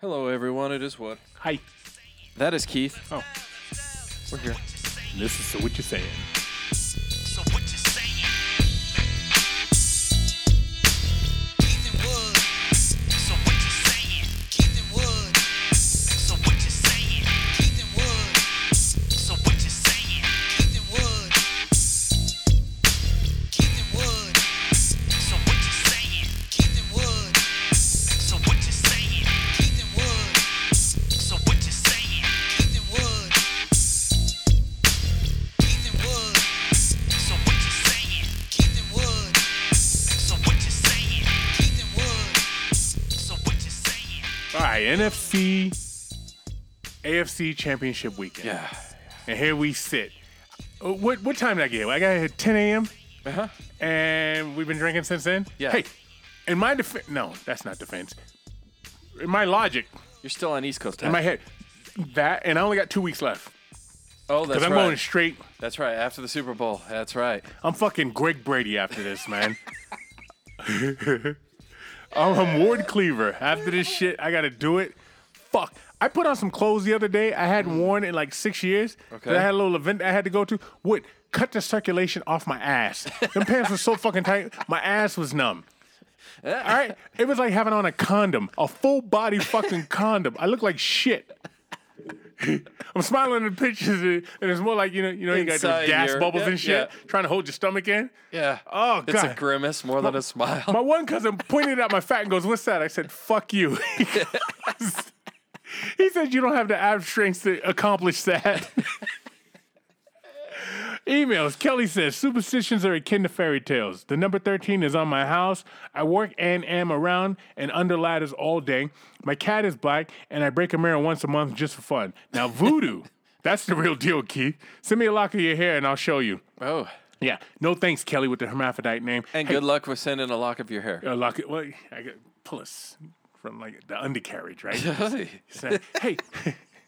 Hello, everyone. It is what? Hi. That is Keith. Oh. We're here. This is so what you saying. So what you saying? Keith and Wood. So what you saying? Keith and Wood. So what you saying? Keith and Wood. So what you saying? Keith and Wood. Keith and Wood. So what you saying? Keith and Wood. So what you saying? Keith and Wood. So what you saying? Keith and Wood. Keith and Wood. So what you saying? Keith and Wood. So what you saying? Keith and Wood. So what you saying? All right, NFC, AFC Championship weekend. Yeah. And here we sit. Uh, What what time did I get? I got here at 10 a.m. Uh huh. and we've been drinking since then. Yeah. Hey, in my defense, no, that's not defense. In my logic, You're still on East Coast time. in my head, that, and I only got two weeks left oh, that's because I'm right. going straight. That's right. After the Super Bowl. That's right. I'm fucking Greg Brady after this, man. I'm, I'm Ward Cleaver. After this shit, I gotta do it. Fuck. I put on some clothes the other day I hadn't worn in like six years. 'cause Mm. Okay. I had a little event I had to go to. What? Cut the circulation off my ass. Them pants were so fucking tight, my ass was numb. All right? It was like having on a condom, a full body fucking condom. I look like shit. I'm smiling in the pictures, and and it's more like, you know, you know, you got Inside those gas your- bubbles yeah, and shit, yeah. trying to hold your stomach in. Yeah. Oh, It's a God. grimace more than a smile. My one cousin pointed at my fat and goes, "What's that?" I said, "Fuck you." he said, "You don't have the ab strength to accomplish that." Emails. Kelly says, "Superstitions are akin to fairy tales. The number thirteen is on my house. I work and am around and under ladders all day. My cat is black, and I break a mirror once a month just for fun. Now voodoo." That's the real deal, Keith. Send me a lock of your hair and I'll show you. oh. Yeah. No thanks, Kelly, with the hermaphrodite name. And good luck with sending a lock of your hair. Uh, lock it. Well, I got pull us from like the undercarriage, right? So, hey,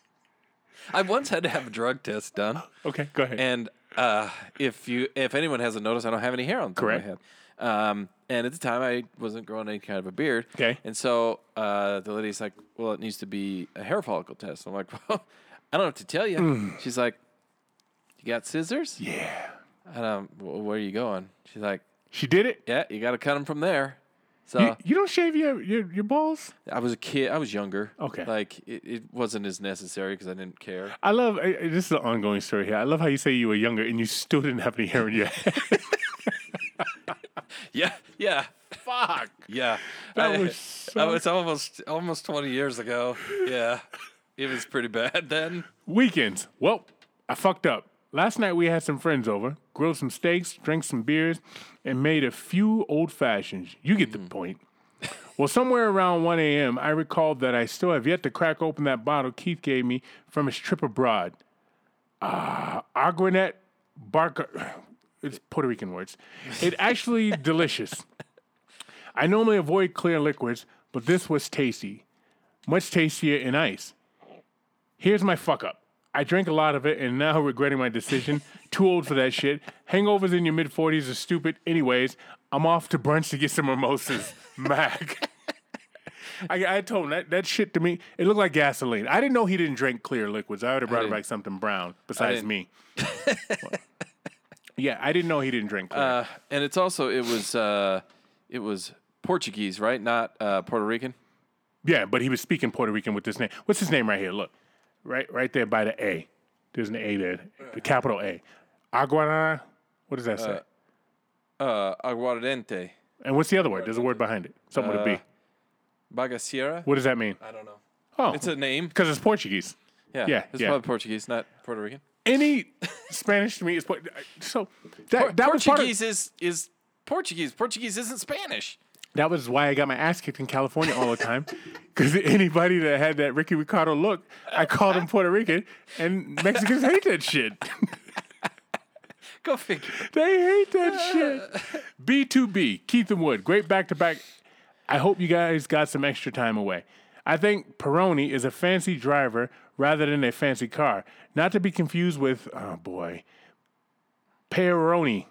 I once had to have a drug test done, okay, go ahead. and uh, if you, if anyone hasn't noticed, I don't have any hair on the top of my head. Correct. Um, and at the time, I wasn't growing any kind of a beard. Okay. And so uh, the lady's like, "Well, it needs to be a hair follicle test." I'm like, "Well, I don't have to tell you." She's like, "You got scissors?" Hmm. yeah, And um, where are you going? She's like, she did it. "Yeah, you got to cut them from there." So You, you don't shave your, your your balls. I was a kid. I was younger. Okay. Like it, it wasn't as necessary because I didn't care. I love I, I- this is an ongoing story here. I love how you say you were younger and you still didn't have any hair in your head. Yeah. Yeah. Fuck. Yeah. That I, was I so- was almost almost 20 years ago. Yeah. It was pretty bad then. Weekends. Well, I fucked up. Last night we had some friends over, grilled some steaks, drank some beers, and made a few old fashions. You get the point. Well, somewhere around 1 a.m., I recalled that I still have yet to crack open that bottle Keith gave me from his trip abroad. Ah, Agranet Barca. It's Puerto Rican words. It actually delicious. I normally avoid clear liquids, but this was tasty. Much tastier in ice. Here's my fuck up. I drank a lot of it and now regretting my decision. Too old for that shit. Hangovers in your mid 40s are stupid. Anyways, I'm off to brunch to get some mimosas. Mac. I, I told him that, that shit to me, it looked like gasoline. I didn't know he didn't drink clear liquids. I would have brought him didn't- like something brown besides didn't- me. yeah, I didn't know he didn't drink clear. Uh, and it's also it was uh, it was Portuguese, right? Not uh, Puerto Rican. Yeah, but he was speaking Puerto Rican with this name. What's his name right here? Look, right, right there by the A. There's an A there, the capital A. Aguarana. What does that say? Uh, aguardiente, and what's the other word? There's a word behind it. Something with a B. bagaceira. What does that mean? Uh, I don't know. Oh, It's a name. because it's Portuguese. Yeah. yeah, It's yeah. probably Portuguese, not Puerto Rican. Any Spanish to me is Port- so that that was part of, Portuguese is is Portuguese. Portuguese isn't Spanish. that was why I got my ass kicked in California all the time. Because anybody that had that Ricky Ricardo look, I called him Puerto Rican, and Mexicans hate that shit. Go figure. They hate that shit. B2B, Keith and Wood, great back to back. I hope you guys got some extra time away. I think Peroni is a fancy driver rather than a fancy car, not to be confused with, oh boy, Peroni,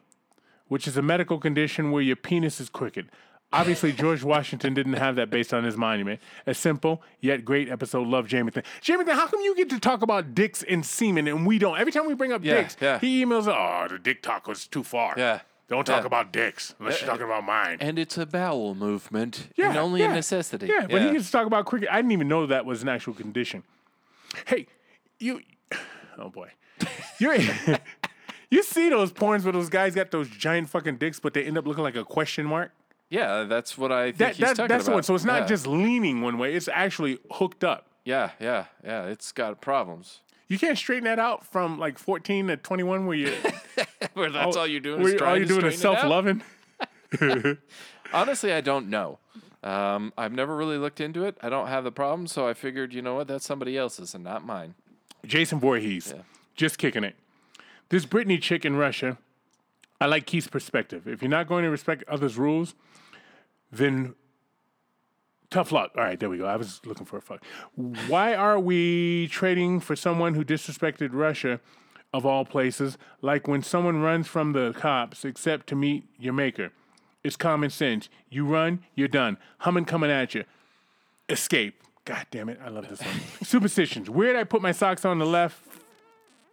which is a medical condition where your penis is crooked. Obviously, George Washington didn't have that based on his monument. A simple yet great episode. Love Jamington. Jamington, how come you get to talk about dicks and semen and we don't? Every time we bring up Yeah, dicks, yeah. he emails, "Oh, the dick talk was too far. Yeah, don't talk yeah. about dicks unless you're talking about mine." And it's a bowel movement yeah, and only yeah, a necessity. Yeah, but he gets to talk about cricket. I didn't even know that was an actual condition. Hey, you. Oh boy, you. you see those porns where those guys got those giant fucking dicks, but they end up looking like a question mark. Yeah, that's what I think That, he's that, talking that's the about. one. So it's not Yeah. just leaning one way; it's actually hooked up. Yeah, yeah, yeah. It's got problems. You can't straighten that out from like 14 to 21, where you Where that's all you're doing. Oh, where is all trying you're to doing is straighten it out? self loving. Honestly, I don't know. Um, I've never really looked into it. I don't have the problem, so I figured, you know what, that's somebody else's and not mine. Jason Voorhees, just kicking it. This Britney chick in Russia, I like Keith's perspective. If you're not going to respect others' rules, then tough luck. All right, there we go. I was looking for a fuck. Why are we trading for someone who disrespected Russia of all places, like when someone runs from the cops except to meet your maker? It's common sense. You run, you're done. Humming coming at you escape. God damn it, I love this one. Superstitions. Where'd I put my socks on the left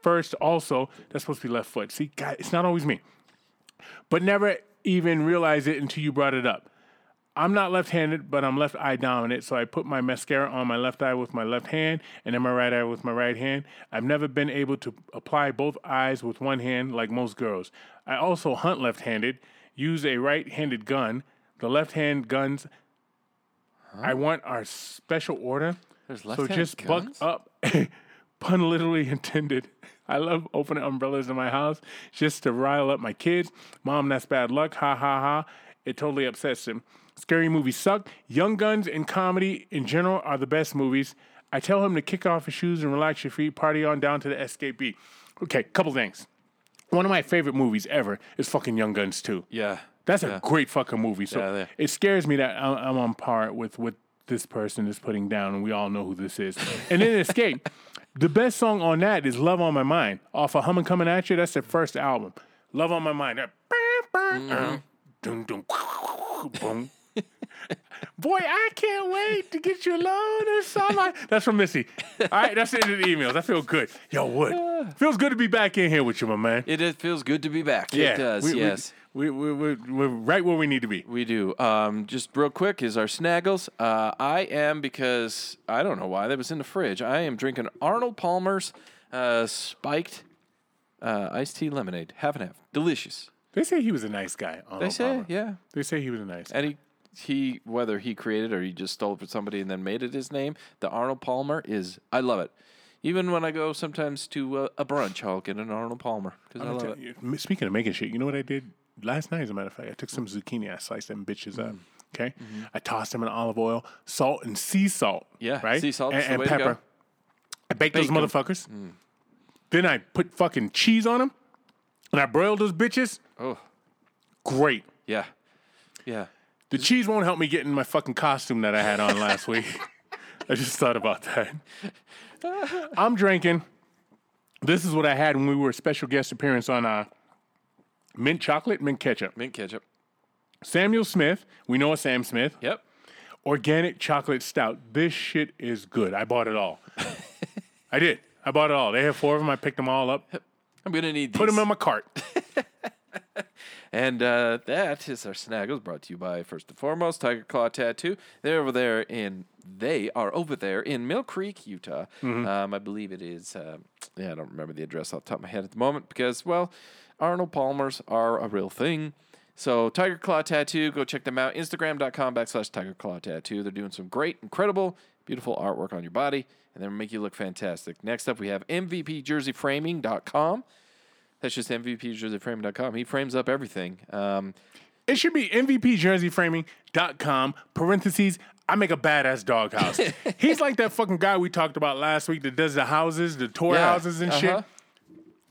first? Also, that's supposed to be left foot. See, God, it's not always me. But never even realize it until you brought it up. I'm not left-handed, but I'm left eye dominant, so I put my mascara on my left eye with my left hand and then my right eye with my right hand. I've never been able to apply both eyes with one hand like most girls. I also hunt left-handed, use a right-handed gun. The left-hand guns I want our special order. There's So left-handed just guns? buck up. Pun literally intended. I love opening umbrellas in my house just to rile up my kids. Mom, that's bad luck. Ha ha ha. It totally upsets him. Scary movies suck. Young Guns and comedy in general are the best movies. I tell him to kick off his shoes and relax your feet, party on down to the escapee. Okay, couple things. One of my favorite movies ever is fucking Young Guns 2. Yeah. That's a great fucking movie. So Yeah, they- it scares me that I'm, I'm on par with what this person is putting down, and we all know who this is. and then Escape, the best song on that is "Love on My Mind" off of "Humming Coming at You." That's their first album. "Love on My Mind." That- Mm-hmm. uh-huh. Dun, dun, boom. Boy, I can't wait to get you alone in sunlight. That's from Missy. All right, that's the end of the emails. I feel good. Yo, Wood, feels good to be back in here with you, my man. It, it feels good to be back. it does, we- we- yes. We, we, we, we're right where we need to be. We do. Um, just real quick is our snaggles. Uh, I am because I don't know why that was in the fridge. I am drinking Arnold Palmer's uh, spiked uh, iced tea lemonade, half and half, delicious. They say he was a nice guy. Arnold They say, Palmer. yeah. They say he was a nice. And he, he, whether he created or he just stole it from somebody and then made it his name, the Arnold Palmer is. I love it. Even when I go sometimes to uh, a brunch, I'll get an Arnold Palmer because I love it. guy. Speaking of making shit, you know what I did last night? As a matter of fact, I took some zucchini, I sliced them bitches Mm. up. Okay, I tossed them in olive oil, salt, and sea salt. Mm-hmm. Yeah, right. sea salt's and, the and way to go. Mm. pepper. I baked those Bake 'em. motherfuckers. Then I put fucking cheese on them, and I broiled those bitches. Oh, Great. yeah, yeah. The cheese won't help me get in my fucking costume that I had on last week. I just thought about that. I'm drinking. This is what I had when we were a special guest appearance on uh, mint chocolate, mint ketchup. Mint ketchup. Samuel Smith, we know a Sam Smith, Yep. organic chocolate stout. This shit is good. I bought it all. I did. I bought it all. They had four of them. I picked them all up, I'm gonna need these. put them in my cart. And uh, that is our snaggles brought to you by first and foremost Tiger Claw Tattoo. They're over there in they are over there in Mill Creek, Utah. Um, I believe it is. Uh, yeah, I don't remember the address off the top of my head at the moment because well, Arnold Palmers are a real thing. So Tiger Claw Tattoo, go check them out. Instagram.com backslash Tiger Claw Tattoo. They're doing some great, incredible, beautiful artwork on your body, and they'll make you look fantastic. Next up, we have MVPJerseyFraming.com. That's just MVPJerseyFraming.com. He frames up everything. Um, It should be MVPJerseyFraming.com, parentheses, I make a badass dog house. He's like that fucking guy we talked about last week that does the houses, the tour Yeah, houses and uh-huh. shit.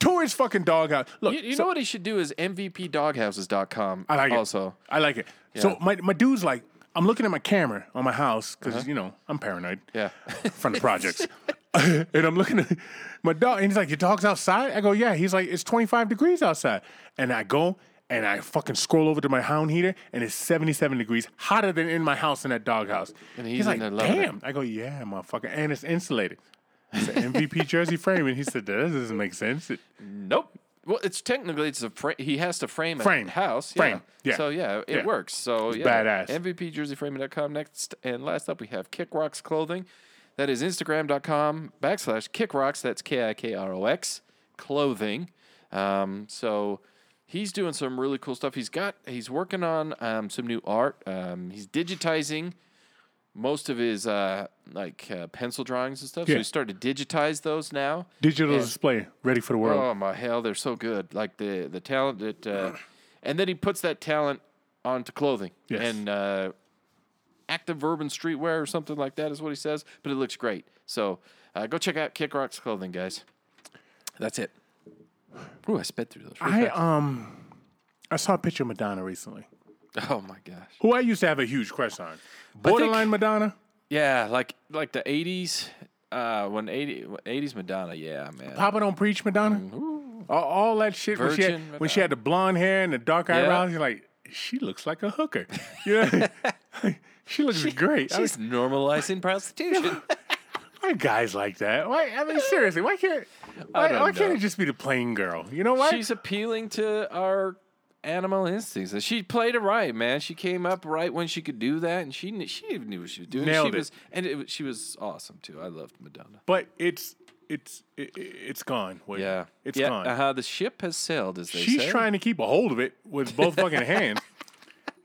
Tour his fucking dog house. Look, you you so- know what he should do is MVPDoghouses.com. I like also. it. I like it. So my, my dude's like, I'm looking at my camera on my house because, you know, I'm paranoid Uh-huh. Yeah. from the projects. and I'm looking at my dog, and he's like, Your dog's outside? I go, Yeah. He's like, It's 25 degrees outside. And I go and I fucking scroll over to my hound heater, and it's 77 degrees, hotter than in my house in that doghouse. And he's he's, in like, there loving it. damn. I go, yeah, motherfucker. And it's insulated. It's an MVP jersey frame. And he said, that doesn't make sense. It- Nope. Well, it's technically it's a fra- he has to frame a Frame. house. Frame. Yeah. So yeah, it Yeah. works. So yeah. badass. MVPjerseyframing.com next and last up we have Kick Rocks clothing. That is Instagram.com backslash Kick Rocks. That's K I K R O X clothing. Um, so he's doing some really cool stuff. He's got he's working on um, some new art. Um, he's digitizing most of his uh, like uh, pencil drawings and stuff. Yeah. So he started to digitize those now. Digital Yeah. display, ready for the world. Oh my hell, they're so good. Like the the talent that, uh, and then he puts that talent onto clothing Yes. and uh, active urban streetwear or something like that is what he says. But it looks great. So uh, go check out Kick Rock's clothing, guys. That's it. Ooh, I sped through those. really I fast. um, I saw a picture of Madonna recently, oh my gosh. who I used to have a huge crush on. Borderline Madonna, Yeah, like like the '80s. Uh, when 80, 80s Madonna, yeah, man. Papa Don't Preach Madonna, all, all that shit. When she, had, Mm, Virgin when she had the blonde hair and the dark eyebrows, you're like, she looks like a hooker. Yeah, she looks great. I She's was, normalizing prostitution. why guys like that? Why? I mean, seriously, why can't? Why, don't why can't know. it just be the plain girl? You know what? She's appealing to our animal instincts. And She played it right, man. She came up right when she could do that, and she kn- she even knew what she was doing. Nailed she it. was and it, was- she was awesome too. I loved Madonna. but it's it's it, it's gone. Wait, Yeah, it's yeah, gone. Uh-huh, the ship has sailed, as they She's say. trying to keep a hold of it with both fucking hands.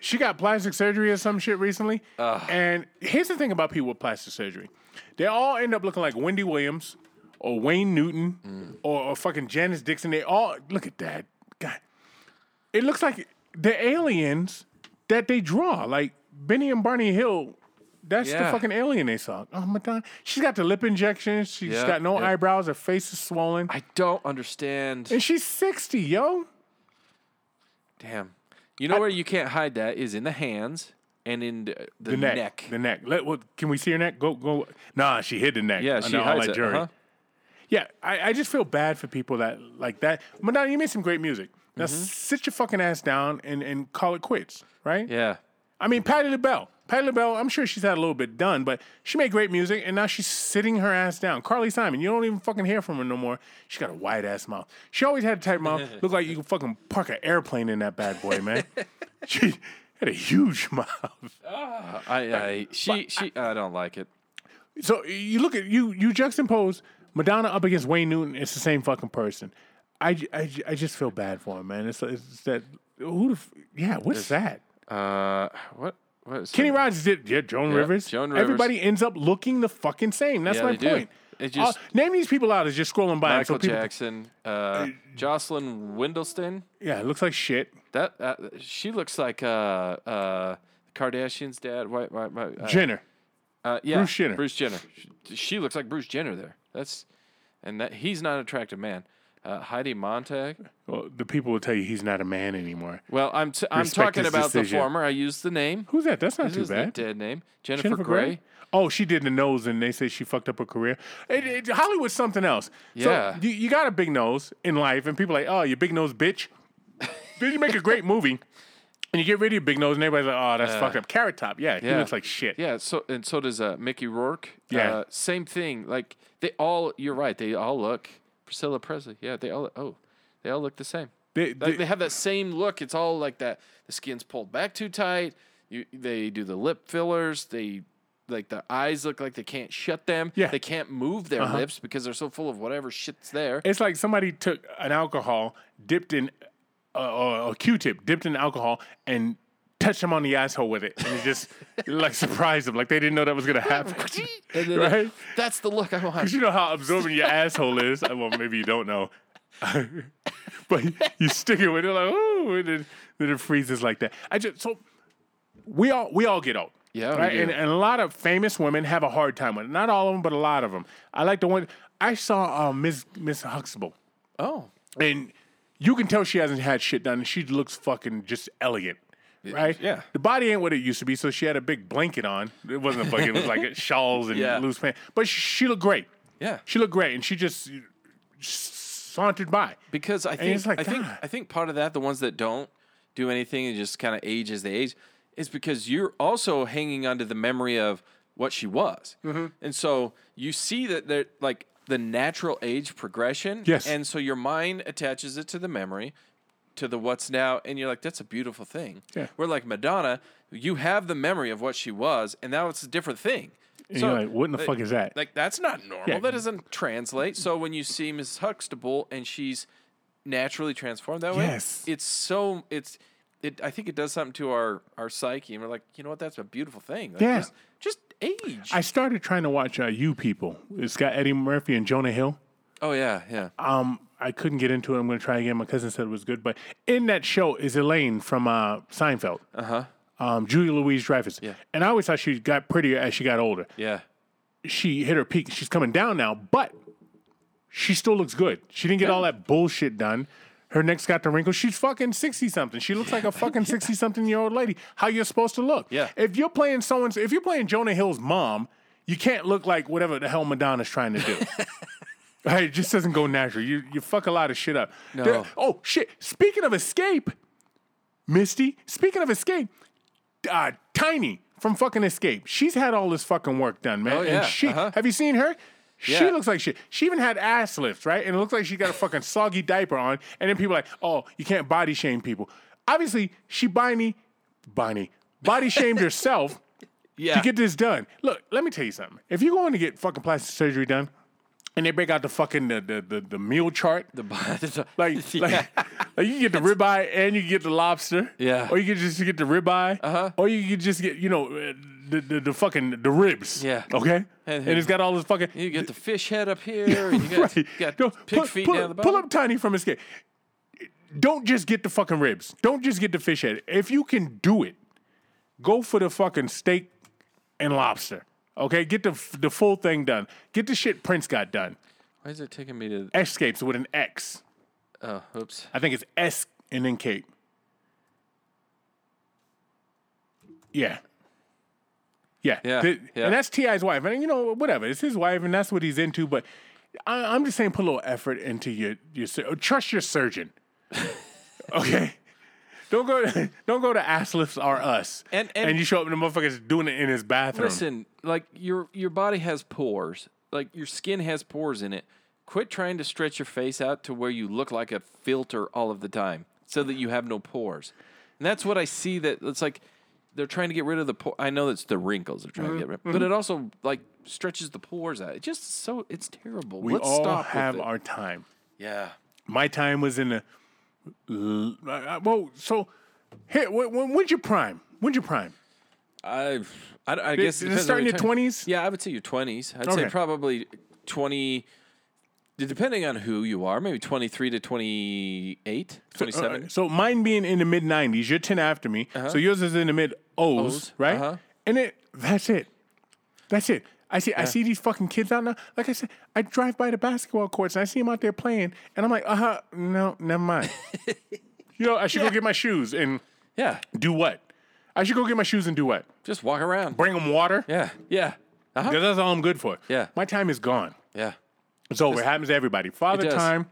She got plastic surgery or some shit recently. And here's the thing about people with plastic surgery they all end up looking like Wendy Williams or Wayne Newton Mm. or, or fucking Janice Dixon. They all look at that. God. It looks like the aliens that they draw, like Benny and Barney Hill. That's Yeah. the fucking alien they saw. Oh my god, she's got the lip injections. She's Yeah, got no yeah. eyebrows. Her face is swollen, I don't understand. and she's sixty, yo. Damn. You know where you can't hide that is in the hands and in the, the, the neck, neck. The neck. Let what? Can we see her neck? Go go. Nah, she hid the neck. Yeah, under she all hides that it. jury. uh-huh. Yeah, I, I just feel bad for people that like that. Madonna, you made some great music. Now Mm-hmm. sit your fucking ass down and and call it quits, right? Yeah. I mean, Patti LaBelle. Patti LaBelle, I'm sure she's had a little bit done, but she made great music, and now she's sitting her ass down. Carly Simon, you don't even fucking hear from her no more. She got a wide ass mouth. She always had a tight mouth. Looked like you could fucking park an airplane in that bad boy, man. she had a huge mouth. Uh, I, I she she I don't like it. So you look at you you juxtapose Madonna up against Wayne Newton. It's the same fucking person. I, j- I, j- I just feel bad for him, man. It's, it's that who the f- yeah. What's that? Uh, what what is Kenny Rogers did yeah. Joan Rivers. Joan Everybody ends up looking the fucking same. That's Yeah, my they do. point. It All- just- name these people out as just scrolling by. Michael so people, Jackson, uh, Jocelyn Windleston. Yeah, it looks like shit. That uh, she looks like uh uh Kardashian's dad. Why, why, why, uh, Jenner. uh, yeah, Bruce Jenner. Bruce Jenner. She, she looks like Bruce Jenner there. That's and that he's not an attractive man. Uh, Heidi Montag. Well, the people will tell you he's not a man anymore. Well, I'm t- I'm Respect talking his about decision. the former. I used the name. Who's that? That's not This too isn't a bad. dead name. Jennifer, Jennifer Grey. Grey. Oh, she did the nose, and they say she fucked up her career. It, it, Hollywood's something else. Yeah. So you, you got a big nose in life, and people are like, oh, you big nose bitch. Did you make a great movie? And you get rid of your big nose, and everybody's like, oh, that's fucked up. Carrot Top, yeah, he yeah. looks like shit. Yeah. So and so does uh, Mickey Rourke. Yeah. Uh, same thing. Like they all. You're right. They all look Priscilla Presley. Yeah. They all. Oh, they all look the same. They- Like they- they, have that same look. It's all like that. The skin's pulled back too tight. You, they do the lip fillers. They like the eyes look like they can't shut them. Yeah. Uh-huh. They can't move their lips because they're so full of whatever shit's there. It's like somebody took an alcohol, dipped in uh, or a Q-tip, dipped in alcohol, and touched him on the asshole with it, and it just like surprised them, like they didn't know that was gonna happen, And then right? That's the look I want. Because you know how absorbent your asshole is. Uh, Well, maybe you don't know. but you stick it with it like, oh, and then, then it freezes like that. I just so we all we all get old. Yeah, we Right? do. And, and a lot of famous women have a hard time with it. Not all of them, but a lot of them. I like the one I saw uh, Miss Miss Huxtable, Oh. and you can tell she hasn't had shit done. and She looks fucking just elegant. Right? yeah. The body ain't what it used to be, so she had a big blanket on. It wasn't a blanket, it was like shawls and Yeah. loose pants. But she looked great. Yeah. She looked great, and she just sauntered by. because I it's think like, I think God. I think part of that the ones that don't do anything and just kind of age as they age, it's because you're also hanging onto the memory of what she was. Mm-hmm. And so you see that they're like the natural age progression. Yes. And so your mind attaches it to the memory, to the what's now, and you're like, that's a beautiful thing. Yeah. Where like Madonna, you have the memory of what she was, and now it's a different thing. uh, And you're like, what in the like- fuck is that? Like that's not normal. Yeah. That doesn't translate. So when you see Mrs. Huxtable and she's naturally transformed that way, Yes. it's so it's it. I think it does something to our our psyche, and we're like, you know what? That's a beautiful thing. Like, Yeah. just, just age. I started trying to watch uh, You People. It's got Eddie Murphy and Jonah Hill. oh yeah, yeah. Um, I couldn't get into it. I'm going to try again. My cousin said it was good, but in that show is Elaine from uh, Seinfeld. Uh huh. Um, Julia Louise Dreyfus. Yeah. And I always thought she got prettier as she got older. yeah. She hit her peak. She's coming down now, but she still looks good. She didn't get all that bullshit done. Her neck's got the wrinkles. She's fucking sixty something. She looks like a fucking sixty something year old lady. How you're supposed to look? Yeah. If you're playing someone's, if you're playing Jonah Hill's mom, you can't look like whatever the hell Madonna's trying to do. Hey, it just doesn't go natural. You you fuck a lot of shit up. No. There- oh shit. Speaking of escape, Misty. Speaking of escape, uh, Tiny from fucking Escape. She's had all this fucking work done, man. Oh, yeah. And she Uh-huh. have you seen her? She Yeah. looks like shit. She even had ass lifts, right? And it looks like she got a fucking soggy diaper on. And then people are like, oh, you can't body shame people. Obviously, she Bonnie, Bonnie, body shamed herself Yeah. to get this done. Look, let me tell you something. If you're going to get fucking plastic surgery done, and they break out the fucking the the, the, the meal chart, the like, Yeah. like, like you can get the ribeye and you can get the lobster, Yeah. or you can just get the ribeye, uh-huh. or you can just get you know uh, the, the the fucking the ribs, Yeah. okay, And- and it's got all this fucking you get the fish head up here. and You got, right. got No, pig pull, feet pull, down the bottom. pull up tiny from his kid. Don't just get the fucking ribs. Don't just get the fish head. If you can do it, go for the fucking steak and lobster. Okay, get the f- the full thing done. Get the shit Prince got done. Why is it taking me to? Escapes with an X. Oh, oops. I think it's S and then Cape. Yeah. Yeah. Yeah, The- yeah. And that's T.I.'s wife. And, you know, whatever. It's his wife and that's what he's into. But I, I'm just saying put a little effort into your, your sur- trust your surgeon. okay? Don't go don't go to ass lifts or us. And- and- you show up and the motherfucker's doing it in his bathroom. Listen, like your your body has pores. Like your skin has pores in it. Quit trying to stretch your face out to where you look like a filter all of the time so that you have no pores. And that's what I see that it's like they're trying to get rid of the pore. I know it's the wrinkles they're trying to get rid of, but it also like stretches the pores out. It just so it's terrible. we Let's all stop have with it. our time. Yeah. my time was in the l- uh, well. So, hey, when, when, when's your prime? When's your prime? I I, I guess is it depends on starting your at time. 20s? Yeah, I would say your twenties. I'd say Okay. probably twenty. Depending on who you are, maybe 23 to 28, Uh, 27. so mine being in the mid '90s, you're ten after me. So yours is in the mid O's, Uh-huh. O's, right? uh-huh. And it that's it. That's it. I see. I see these fucking kids out now. Like I said, I drive by the basketball courts and I see them out there playing, and I'm like, uh huh, no, never mind. you know, I should go get my shoes and yeah, do what? I should go get my shoes and do what? just walk around. Bring them water. Yeah, yeah, uh-huh. 'Cause that's all I'm good for. Yeah. My time is gone. yeah. It's over. It happens to everybody. Father does. time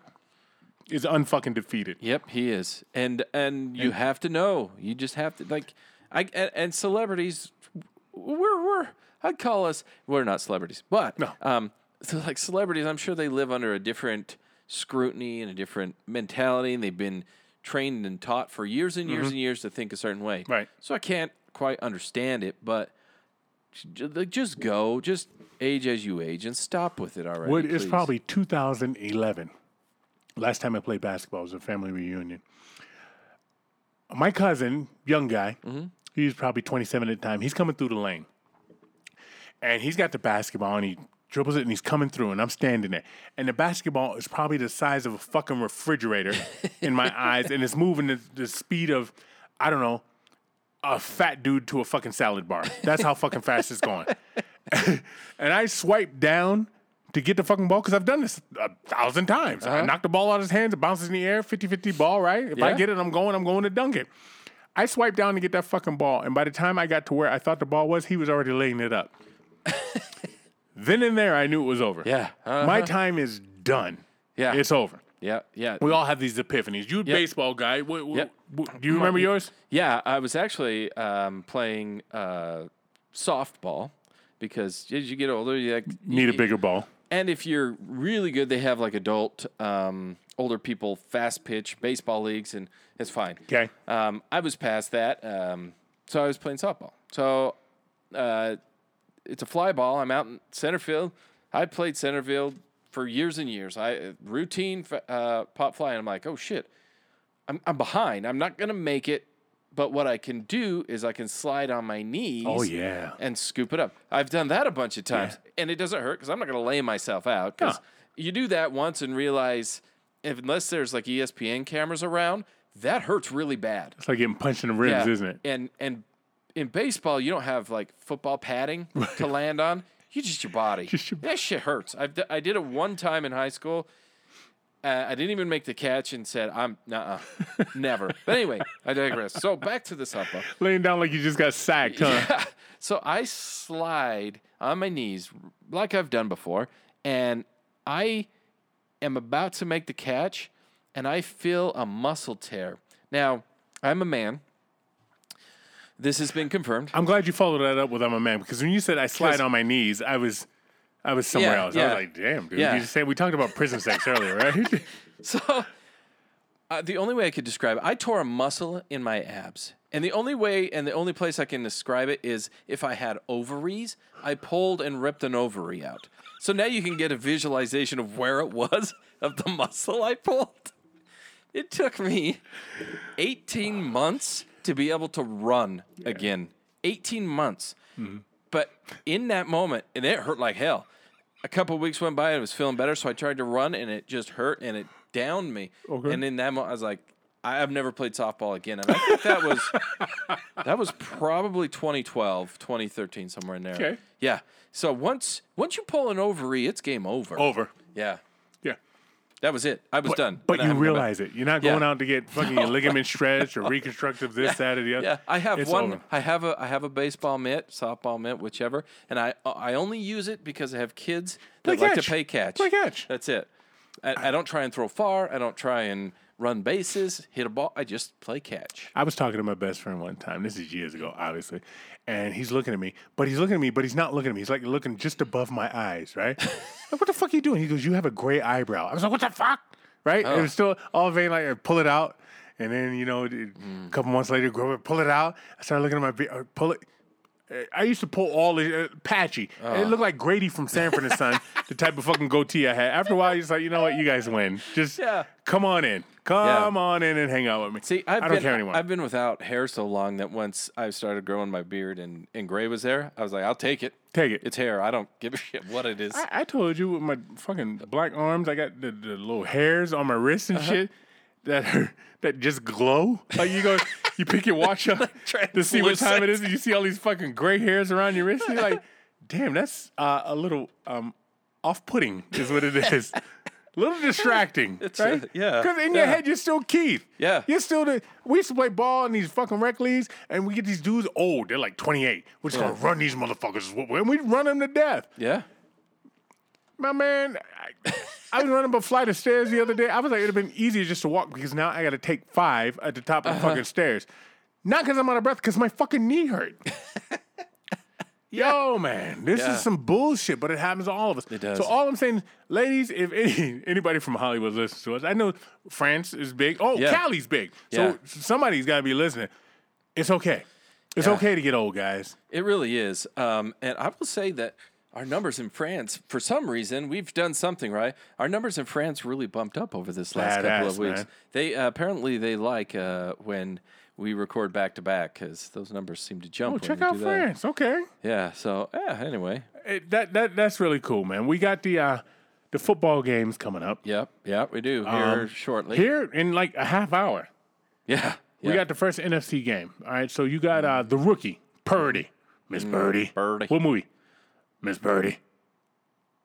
is unfucking defeated. Yep, he is. And and you have to know. You just have to like I and, and celebrities we're we're I'd call us we're not celebrities, but No. um so like celebrities, I'm sure they live under a different scrutiny and a different mentality and they've been trained and taught for years and years and years to think a certain way. Mm-hmm. Right. So I can't quite understand it, but j- like just go, just age as you age and stop with it already. Wood is please. probably 2011. Last time I played basketball was a family reunion. My cousin, young guy, he was probably 27 at the time. He's coming through the lane, and he's got the basketball, and he dribbles it, and he's coming through, and I'm standing there, and the basketball is probably the size of a fucking refrigerator in my eyes, and it's moving at the speed of, I don't know, a fat dude to a fucking salad bar. That's how fucking fast it's going. and I swipe down to get the fucking ball because I've done this a thousand times. I knock the ball out of his hands, it bounces in the air, 50 50 ball, right? If I Yeah. get it, I'm going, I'm going to dunk it. I swipe down to get that fucking ball, and by the time I got to where I thought the ball was, he was already laying it up. then and there, I knew it was over. Yeah. Uh-huh. My time is done. Yeah. It's over. Yeah, yeah. We all have these epiphanies. You a baseball guy. What, what, Yep. what- do you remember yours? Yeah, I was actually um, playing uh, softball because as you get older, you like, Need a you- bigger ball. And if you're really good, they have like adult, um, older people fast pitch baseball leagues, and it's fine. Okay. Um, I was past that, um, so I was playing softball. So uh, it's a fly ball. I'm out in center field. I played center field for years and years. I routine f- uh, pop fly, and I'm like, oh shit, I'm, I'm behind. I'm not gonna make it. But what I can do is I can slide on my knees. Oh, yeah. And scoop it up. I've done that a bunch of times, and it doesn't hurt because I'm not gonna lay myself out. Because Huh. you do that once and realize, if, unless there's like E ESPN cameras around, that hurts really bad. It's like getting punched in the ribs, isn't it? And and in baseball, you don't have like football padding to land on. You just your body. Just your that shit hurts. I've d- I did it one time in high school. Uh, I didn't even make the catch and said I'm uh never. But anyway, I digress. So back to the softball. Laying down like you just got sacked, huh? So I slide on my knees like I've done before, and I am about to make the catch, and I feel a muscle tear. Now, I'm a man. This has been confirmed. I'm glad you followed that up with I'm a man because when you said I slide 'Cause- on my knees, I was I was somewhere Yeah, else. I yeah. was like, damn, dude. Yeah. You just said we talked about prison sex earlier, right? So, uh, the only way I could describe it, I tore a muscle in my abs. And the only way and the only place I can describe it is if I had ovaries, I pulled and ripped an ovary out. So now you can get a visualization of where it was of the muscle I pulled. It took me 18 months to be able to run again. 18 months. Mm-hmm. But in that moment, and it hurt like hell. A couple of weeks went by and I was feeling better, so I tried to run and it just hurt and it downed me. Okay. And in that moment, I was like, I- I've never played softball again. And I think that was that was probably 2012, 2013, somewhere in there. Okay. Yeah. So once once you pull an ovary, it's game over. Over. Yeah. Yeah. That was it. I was done. But And I haven't you come back. realize it. You're not Yeah. going out to get fucking your ligament stretched or reconstructive this, that, or the other. Yeah, I have It's one. over. I have a I have a baseball mitt, softball mitt, whichever, and I I only use it because I have kids that Play like catch. to play catch. Play catch. That's it. I, I don't try and throw far. I don't try and run bases, hit a ball. I just play catch. I was talking to my best friend one time. This is years ago, obviously. And he's looking at me, but he's looking at me, but he's not looking at me. He's like looking just above my eyes, right? like, what the fuck are you doing? He goes, You have a gray eyebrow. I was like, What the fuck? Right? Oh. And It was still all vain, like, I pull it out. And then, you know, it- Mm. a couple months later, grow it, pull it out. I started looking at my beard, pull it. Uh, I used to pull all the uh, patchy. Oh. And It looked like Grady from Sanford and Son, the type of fucking goatee I had. After a while, he's like, you know what, you guys win. Just Yeah. come on in, come on in and hang out with me. See, I've I don't been, care anymore. I've been without hair so long that once I started growing my beard and and gray was there, I was like, I'll take it. Take it. It's hair. I don't give a shit what it is. I, I told you with my fucking black arms, I got the, the little hairs on my wrists Uh-huh. and shit that are, that just glow. Like you go, you pick your watch up to see what time it is, and you see all these fucking gray hairs around your wrist. And you're like, damn, that's uh, a little um, off-putting, is what it is. A little distracting, right? uh, yeah, Because in your head, you're still Keith. Yeah. You're still the. We used to play ball in these fucking rec leagues, and we get these dudes old. They're like 28. We're just gonna run these motherfuckers, is what we- and we run them to death yeah. my man, I, I was running up a flight of stairs the other day. I was like, it'd have been easier just to walk because now I got to take five at the top of the Uh-huh. fucking stairs. Not because I'm out of breath, because my fucking knee hurt. Yo, man, this Yeah. is some bullshit, but it happens to all of us. It does. So all I'm saying, is, ladies, if any, anybody from Hollywood listens to us, I know France is big. Oh, Yeah. Cali's big. Yeah. So somebody's got to be listening. It's okay. It's Yeah. okay to get old, guys. It really is. Um, and I will say that our numbers in France, for some reason, we've done something right. Our numbers in France really bumped up over this last couple Badass, of weeks. man. They uh, apparently they like uh, when we record back to back because those numbers seem to jump. Oh, when check we out do that. France. Okay. Yeah. So yeah. Anyway. it, that that that's really cool, man. We got the uh, the football games coming up Yep. Yep. We do here shortly. Um, here in like a half hour. yeah. We got the first NFC game. All right, so you got uh, the rookie Purdy, Miss Purdy. Mm, Purdy. What movie? Miss Purdy.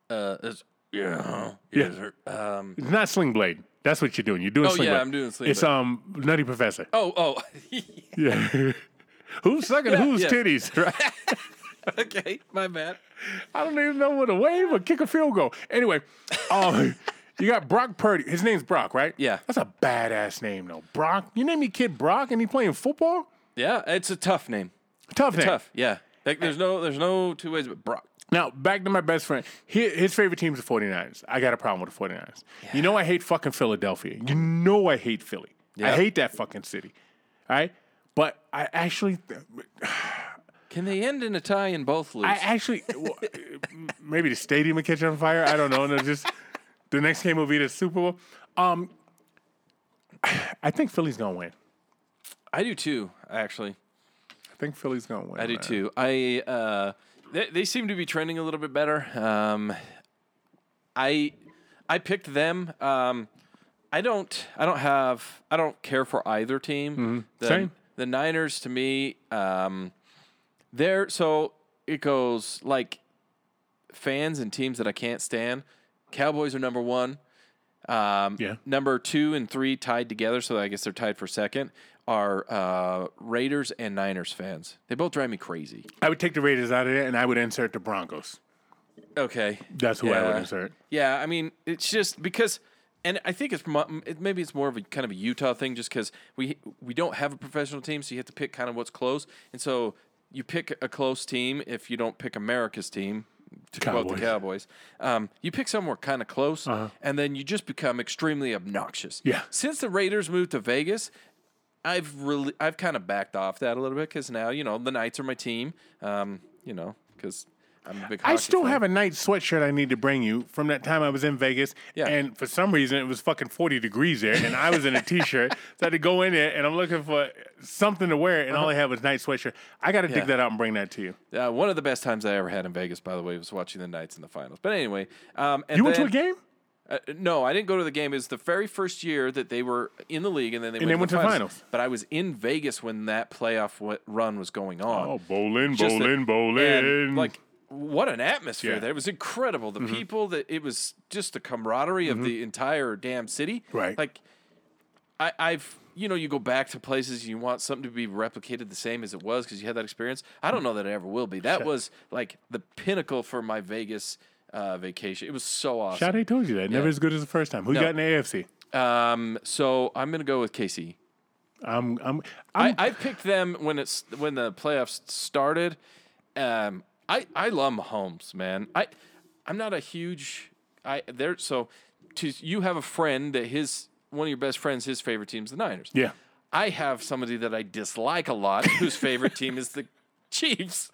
Uh, it's, yeah. Yeah. Um, It's not Sling Blade. That's what you're doing. You're doing. Oh, Sling yeah, Blade. I'm doing Sling It's Blade. um Nutty Professor. oh. Oh. Yeah. Who's sucking whose yeah. titties? Right. okay. My bad. I don't even know what to wave or kick a field goal. Anyway, um, You got Brock Purdy. His name's Brock, right? Yeah. That's a badass name, though. Brock. You name your kid Brock and he playing football? Yeah, it's a tough name. Tough name. Tough. Yeah. Like there's no there's no two ways but Brock. Now, back to my best friend. He, his favorite team's the 49ers. I got a problem with the 49ers. You know I hate fucking Philadelphia. You know I hate Philly. I Yeah. hate that fucking city. All right? But I actually Can they end in a tie in both I leagues? actually, well, m- maybe the stadium will catch on fire. I don't know. And it'll just the next game will be the Super Bowl. Um, I think Philly's gonna win. I, do too, actually. I think Philly's gonna win. I do too. I uh, they, they seem to be trending a little bit better. Um, I I picked them. Um, I don't I don't have I don't care for either team. The, Same. The Niners to me, um, they're so it goes like fans and teams that I can't stand. Cowboys are number one. Um, Yeah. Number two and three tied together, so I guess they're tied for second. Are uh, Raiders and Niners fans? They both drive me crazy. I would take the Raiders out of there and I would insert the Broncos. Okay, That's who I would Yeah. insert. Yeah, I mean, it's just because, and I think it's mo- it, maybe it's more of a kind of a Utah thing, just because we we don't have a professional team, so you have to pick kind of what's close, and so you pick a close team if you don't pick America's team. To quote Cowboys. Uh-huh. the Cowboys, um, you pick somewhere kind of close, and then you just become extremely obnoxious. Yeah. Since the Raiders moved to Vegas, I've really I've kind of backed off that a little bit because now you know the Knights are my team. Um, you know because I'm a big. I hockey still fan. have a night sweatshirt I need to bring you from that time I was in Vegas. Yeah. And for some reason, it was fucking 40 degrees there, and I was in a t shirt. So I had to go in there, and I'm looking for something to wear, and all I have is night sweatshirt. I got to dig that out and bring that to you. Uh, one of the best times I ever had in Vegas, by the way, was watching the Knights in the finals. But anyway, um, and You went to a then- game? Uh, no, I didn't go to the game. It was the very first year that they were in the league, and then they And went, they to, went the to the finals. finals. But I was in Vegas when that playoff wa- run was going on. Oh, bowling, Just that- bowling, bowling. and, like what an atmosphere Yeah. Mm-hmm. there. It was incredible. The people that it was just the camaraderie of the entire damn city. Right. Like I, I've you know you go back to places and you want something to be replicated the same as it was because you had that experience. I don't know that it ever will be. That was like the pinnacle for my Vegas uh, vacation. It was so Shade awesome. told you that. Never as good as the first time. Who you got in the AFC? Um, so I'm gonna go with KC. I'm, I'm, I, I'm I picked them when it's when the playoffs started. Um, I I love Mahomes, man. I I'm not a huge I there so to you have a friend that his one of your best friends his favorite team's the Niners. yeah. I have somebody that I dislike a lot whose favorite team is the Chiefs.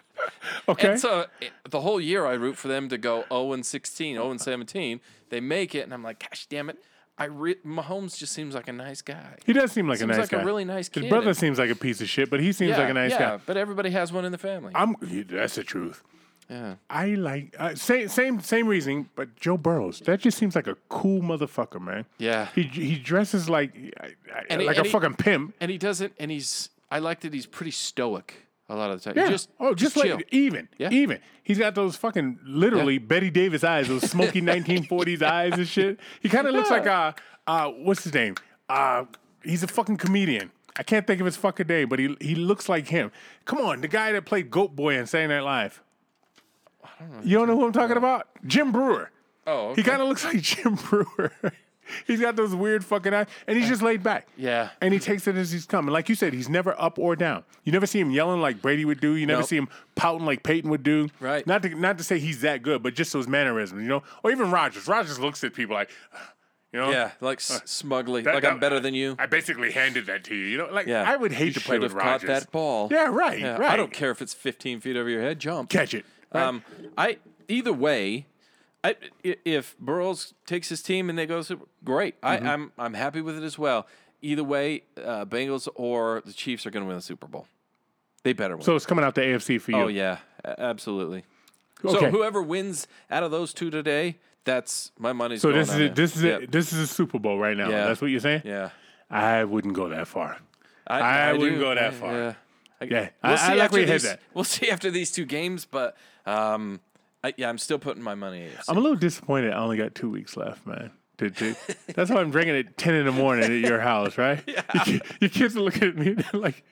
Okay. And so it- the whole year I root for them to go 0 and 16, 0 and 17. They make it and I'm like gosh damn it. I re- Mahomes just seems like a nice guy. he does seem like seems a nice like a guy. really nice His kid. brother seems like a piece of shit, but he seems like a nice guy. But everybody has one in the family. I'm. yeah, That's the truth. yeah. I like uh, same same same reason, but Joe Burrows. That just seems like a cool motherfucker, man. Yeah. He he dresses like I- I- And he- like a and he- fucking pimp. And he doesn't. And he's. I like that he's pretty stoic a lot of the time. Yeah. Just oh, just, chill. like even Yeah. even. He's got those fucking literally Betty Davis eyes, those smoky 1940s eyes and shit. He kind of looks like uh uh what's his name? Uh he's a fucking comedian. I can't think of his fucking name, but he he looks like him. Come on, the guy that played Goat Boy in Saturday Night Live. You don't know who I'm talking about? Jim Brewer. oh, He okay. kind of looks like Jim Brewer. he's got those weird fucking eyes, and he's just laid back. Yeah. And he takes it as he's coming. Like you said, he's never up or down. You never see him yelling like Brady would do. You never Nope. see him pouting like Peyton would do. Right. Not to not to say he's that good, but just those mannerisms, you know. Or even Rogers. Rogers looks at people like, you know. yeah, like s- smugly, that- like I'm that- better than you. I basically handed that to you. You know, like yeah, I would hate You to play should with have caught Rogers. that ball. Yeah, right, Yeah, right. I don't care if it's 15 feet over your head. Jump. Catch it. right? Um, I either way, I, i- if Burrows takes his team and they go super, great, Mm-hmm. I, I'm I'm happy with it as well. Either way, uh, Bengals or the Chiefs are going to win the Super Bowl. They better win. so it's coming out the AFC for you. Oh yeah, a- absolutely. So Okay. whoever wins out of those two today, that's my money's. So going this is on it. there. This is Yep. it. This is a Super Bowl right now. Yeah. That's what you're saying. Yeah, I wouldn't go that far. I, wouldn't do. go that I- far. Yeah, I- Yeah. I- I like after where you hit these, that. We'll see after these two games, but um, I, yeah, I'm still putting my money. AFC. I'm a little disappointed. I only got two weeks left, man. to, to that's why I'm drinking at ten in the morning at your house, right? Your, ki- your kids are looking at me they're like,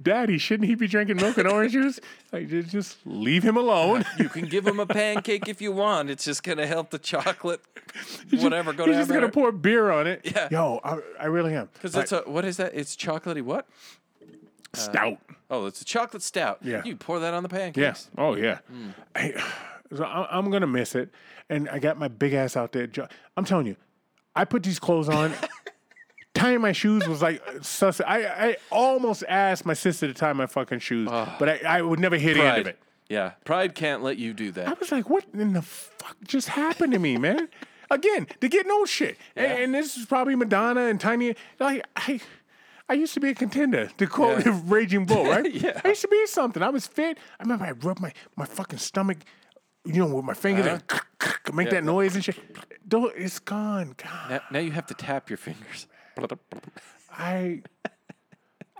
"Daddy, shouldn't he be drinking milk and orange juice?" Like, just, just leave him alone. You can give him a pancake if you want. It's just gonna help the chocolate, whatever. Go to He's just gonna pour beer on it. Yeah. Yo, I, I really am. Because Like, it's a what is that? It's chocolatey what? stout. Oh, it's a chocolate stout. Yeah. You pour that on the pancakes. Yes. Oh yeah. I, so I, I'm gonna miss it, and I got my big ass out there. jo- I'm telling you, I put these clothes on. Tying my shoes was like sus. I, I almost asked my sister to tie my fucking shoes, but I, I would never hear the end of Pride. it. Yeah. Pride can't let you do I that. was like, what in the fuck just happened to me, man? Again, to get no shit. And, and this is probably Madonna and Tiny. Like, I I used to be a contender, to quote Yeah. Raging Bull, right? Yeah. I used to be something. I was fit. I remember I rubbed my, my fucking stomach, you know, with my fingers Uh-huh. and make that noise and shit. Don't, it's gone. God. Now, now you have to tap your fingers. I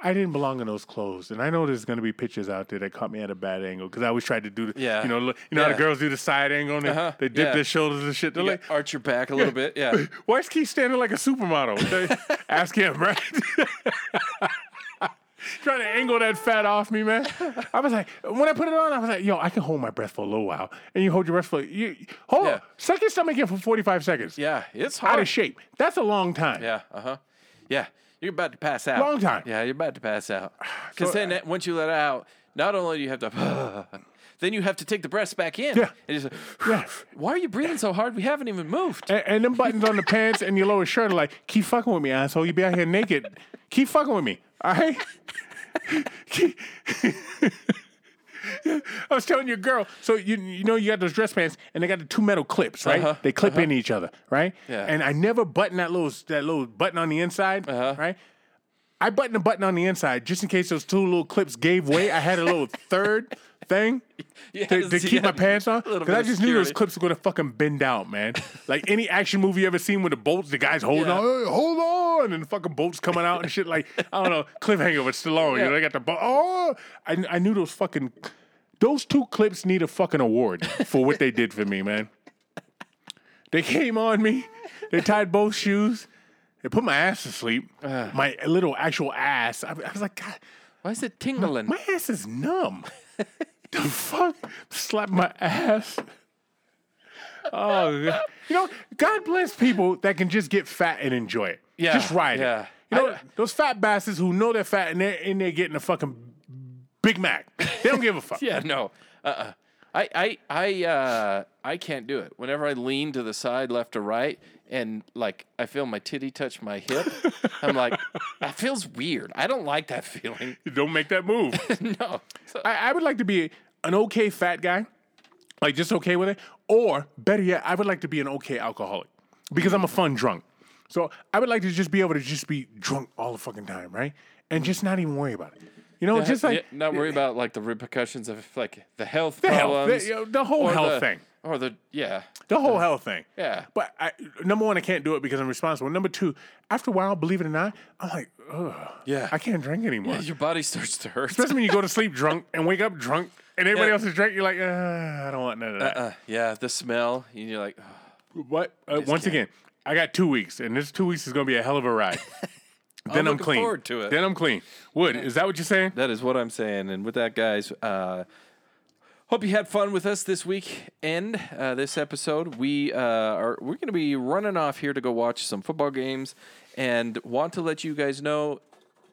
I didn't belong in those clothes, and I know there's gonna be pictures out there that caught me at a bad angle because I always tried to do the, Yeah. you know, look, you know how Yeah. the girls do the side angle and they, Uh-huh. they dip Yeah. their shoulders and shit. They're You like, gotta arch your back a little bit. Yeah. why is Keith standing like a supermodel? They- Ask him, right? Trying to angle that fat off me, man. I was like, when I put it on, I was like, yo, I can hold my breath for a little while, and you hold your breath for you hold Yeah. on, suck your stomach in for 45 seconds. Yeah. It's out hard. of shape. That's a long time. Yeah. Uh huh. Yeah. You're about to pass out. Long time. Yeah. You're about to pass out. Because So, then that- once you let out, not only do you have to, then you have to take the breaths back in. Yeah. And just, Yeah. why are you breathing so hard? We haven't even moved. And, and them buttons on the pants and your lower shirt are like, keep fucking with me, asshole. You be out here naked. Keep fucking with me. All right? Keep- I was telling your girl, so you you know you got those dress pants and they got the two metal clips, right? Uh-huh, They clip in each other, right? Yeah. And I never button that little that little button on the inside, Uh-huh. right? I buttoned the button on the inside just in case those two little clips gave way. I had a little third thing Yeah, to, to see, keep my yeah, pants on a little because I bit of just knew those security. clips were gonna fucking bend out, man. Like any action movie you ever seen with the bolts, the guys holding Yeah. on, "Hey, hold on, and the fucking bolts coming out and shit. Like I don't know, cliffhanger with Stallone. You know, they got the bolt. Oh, I, I knew those fucking those two clips need a fucking award for what they did for me, man. They came on me. They tied both shoes. They put my ass to sleep. my little actual ass. I, I was like, God, Why is it tingling? my ass is numb. the fuck? Slap my ass. Oh, God. you know, God bless people that can just get fat and enjoy it. Yeah, just ride yeah. it. You know, those fat bastards who know they're fat and they're in there getting a fucking Big Mac. They don't give a fuck. Yeah, no. Uh-uh. I I I uh I can't do it. Whenever I lean to the side left or right and like I feel my titty touch my hip, I'm like that feels weird. I don't like that feeling. Don't make that move. no. So- I, I would like to be an okay fat guy, like just okay with it. Or better yet, I would like to be an okay alcoholic because I'm a fun drunk. So I would like to just be able to just be drunk all the fucking time, right? And just not even worry about it. You know, just like Yeah, not worry about like the repercussions of like the health the health, problems. the, you know, the whole or health the- thing, Or the yeah. the whole health thing. Yeah. But I, number one, I can't do it because I'm responsible. Number two, after a while, believe it or not, I'm like, ugh, Yeah. I can't drink anymore. Your body starts to hurt. Especially when you go to sleep drunk and wake up drunk, and everybody Yeah. else is drunk. You're like, uh, I don't want none of that. Uh, yeah, the smell. And you're like, What? Uh, once again, I got two weeks, and this two weeks is going to be a hell of a ride. then I'm, looking clean. forward to it. Then I'm clean. Wood, is that what you're saying? That is what I'm saying. And with that, guys, uh, hope you had fun with us this week and uh, this episode. We uh, are we're going to be running off here to go watch some football games, and want to let you guys know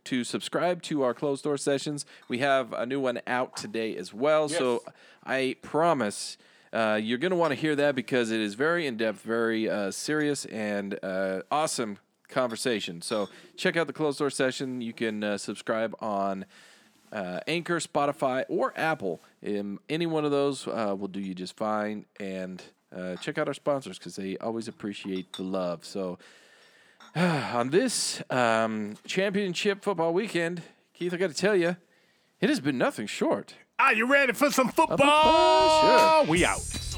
to subscribe to our closed door sessions. We have a new one out today as well. So I promise. Uh, you're going to want to hear that because it is very in depth, very uh, serious, and uh, awesome conversation. So check out the closed door session. You can uh, subscribe on uh, Anchor, Spotify, or Apple. Um, any one of those uh, will do you just fine. And uh, check out our sponsors because they always appreciate the love. So on this um, championship football weekend, Keith, I got to tell you, it has been nothing short. Ah, Are you ready for some football? sure. We out.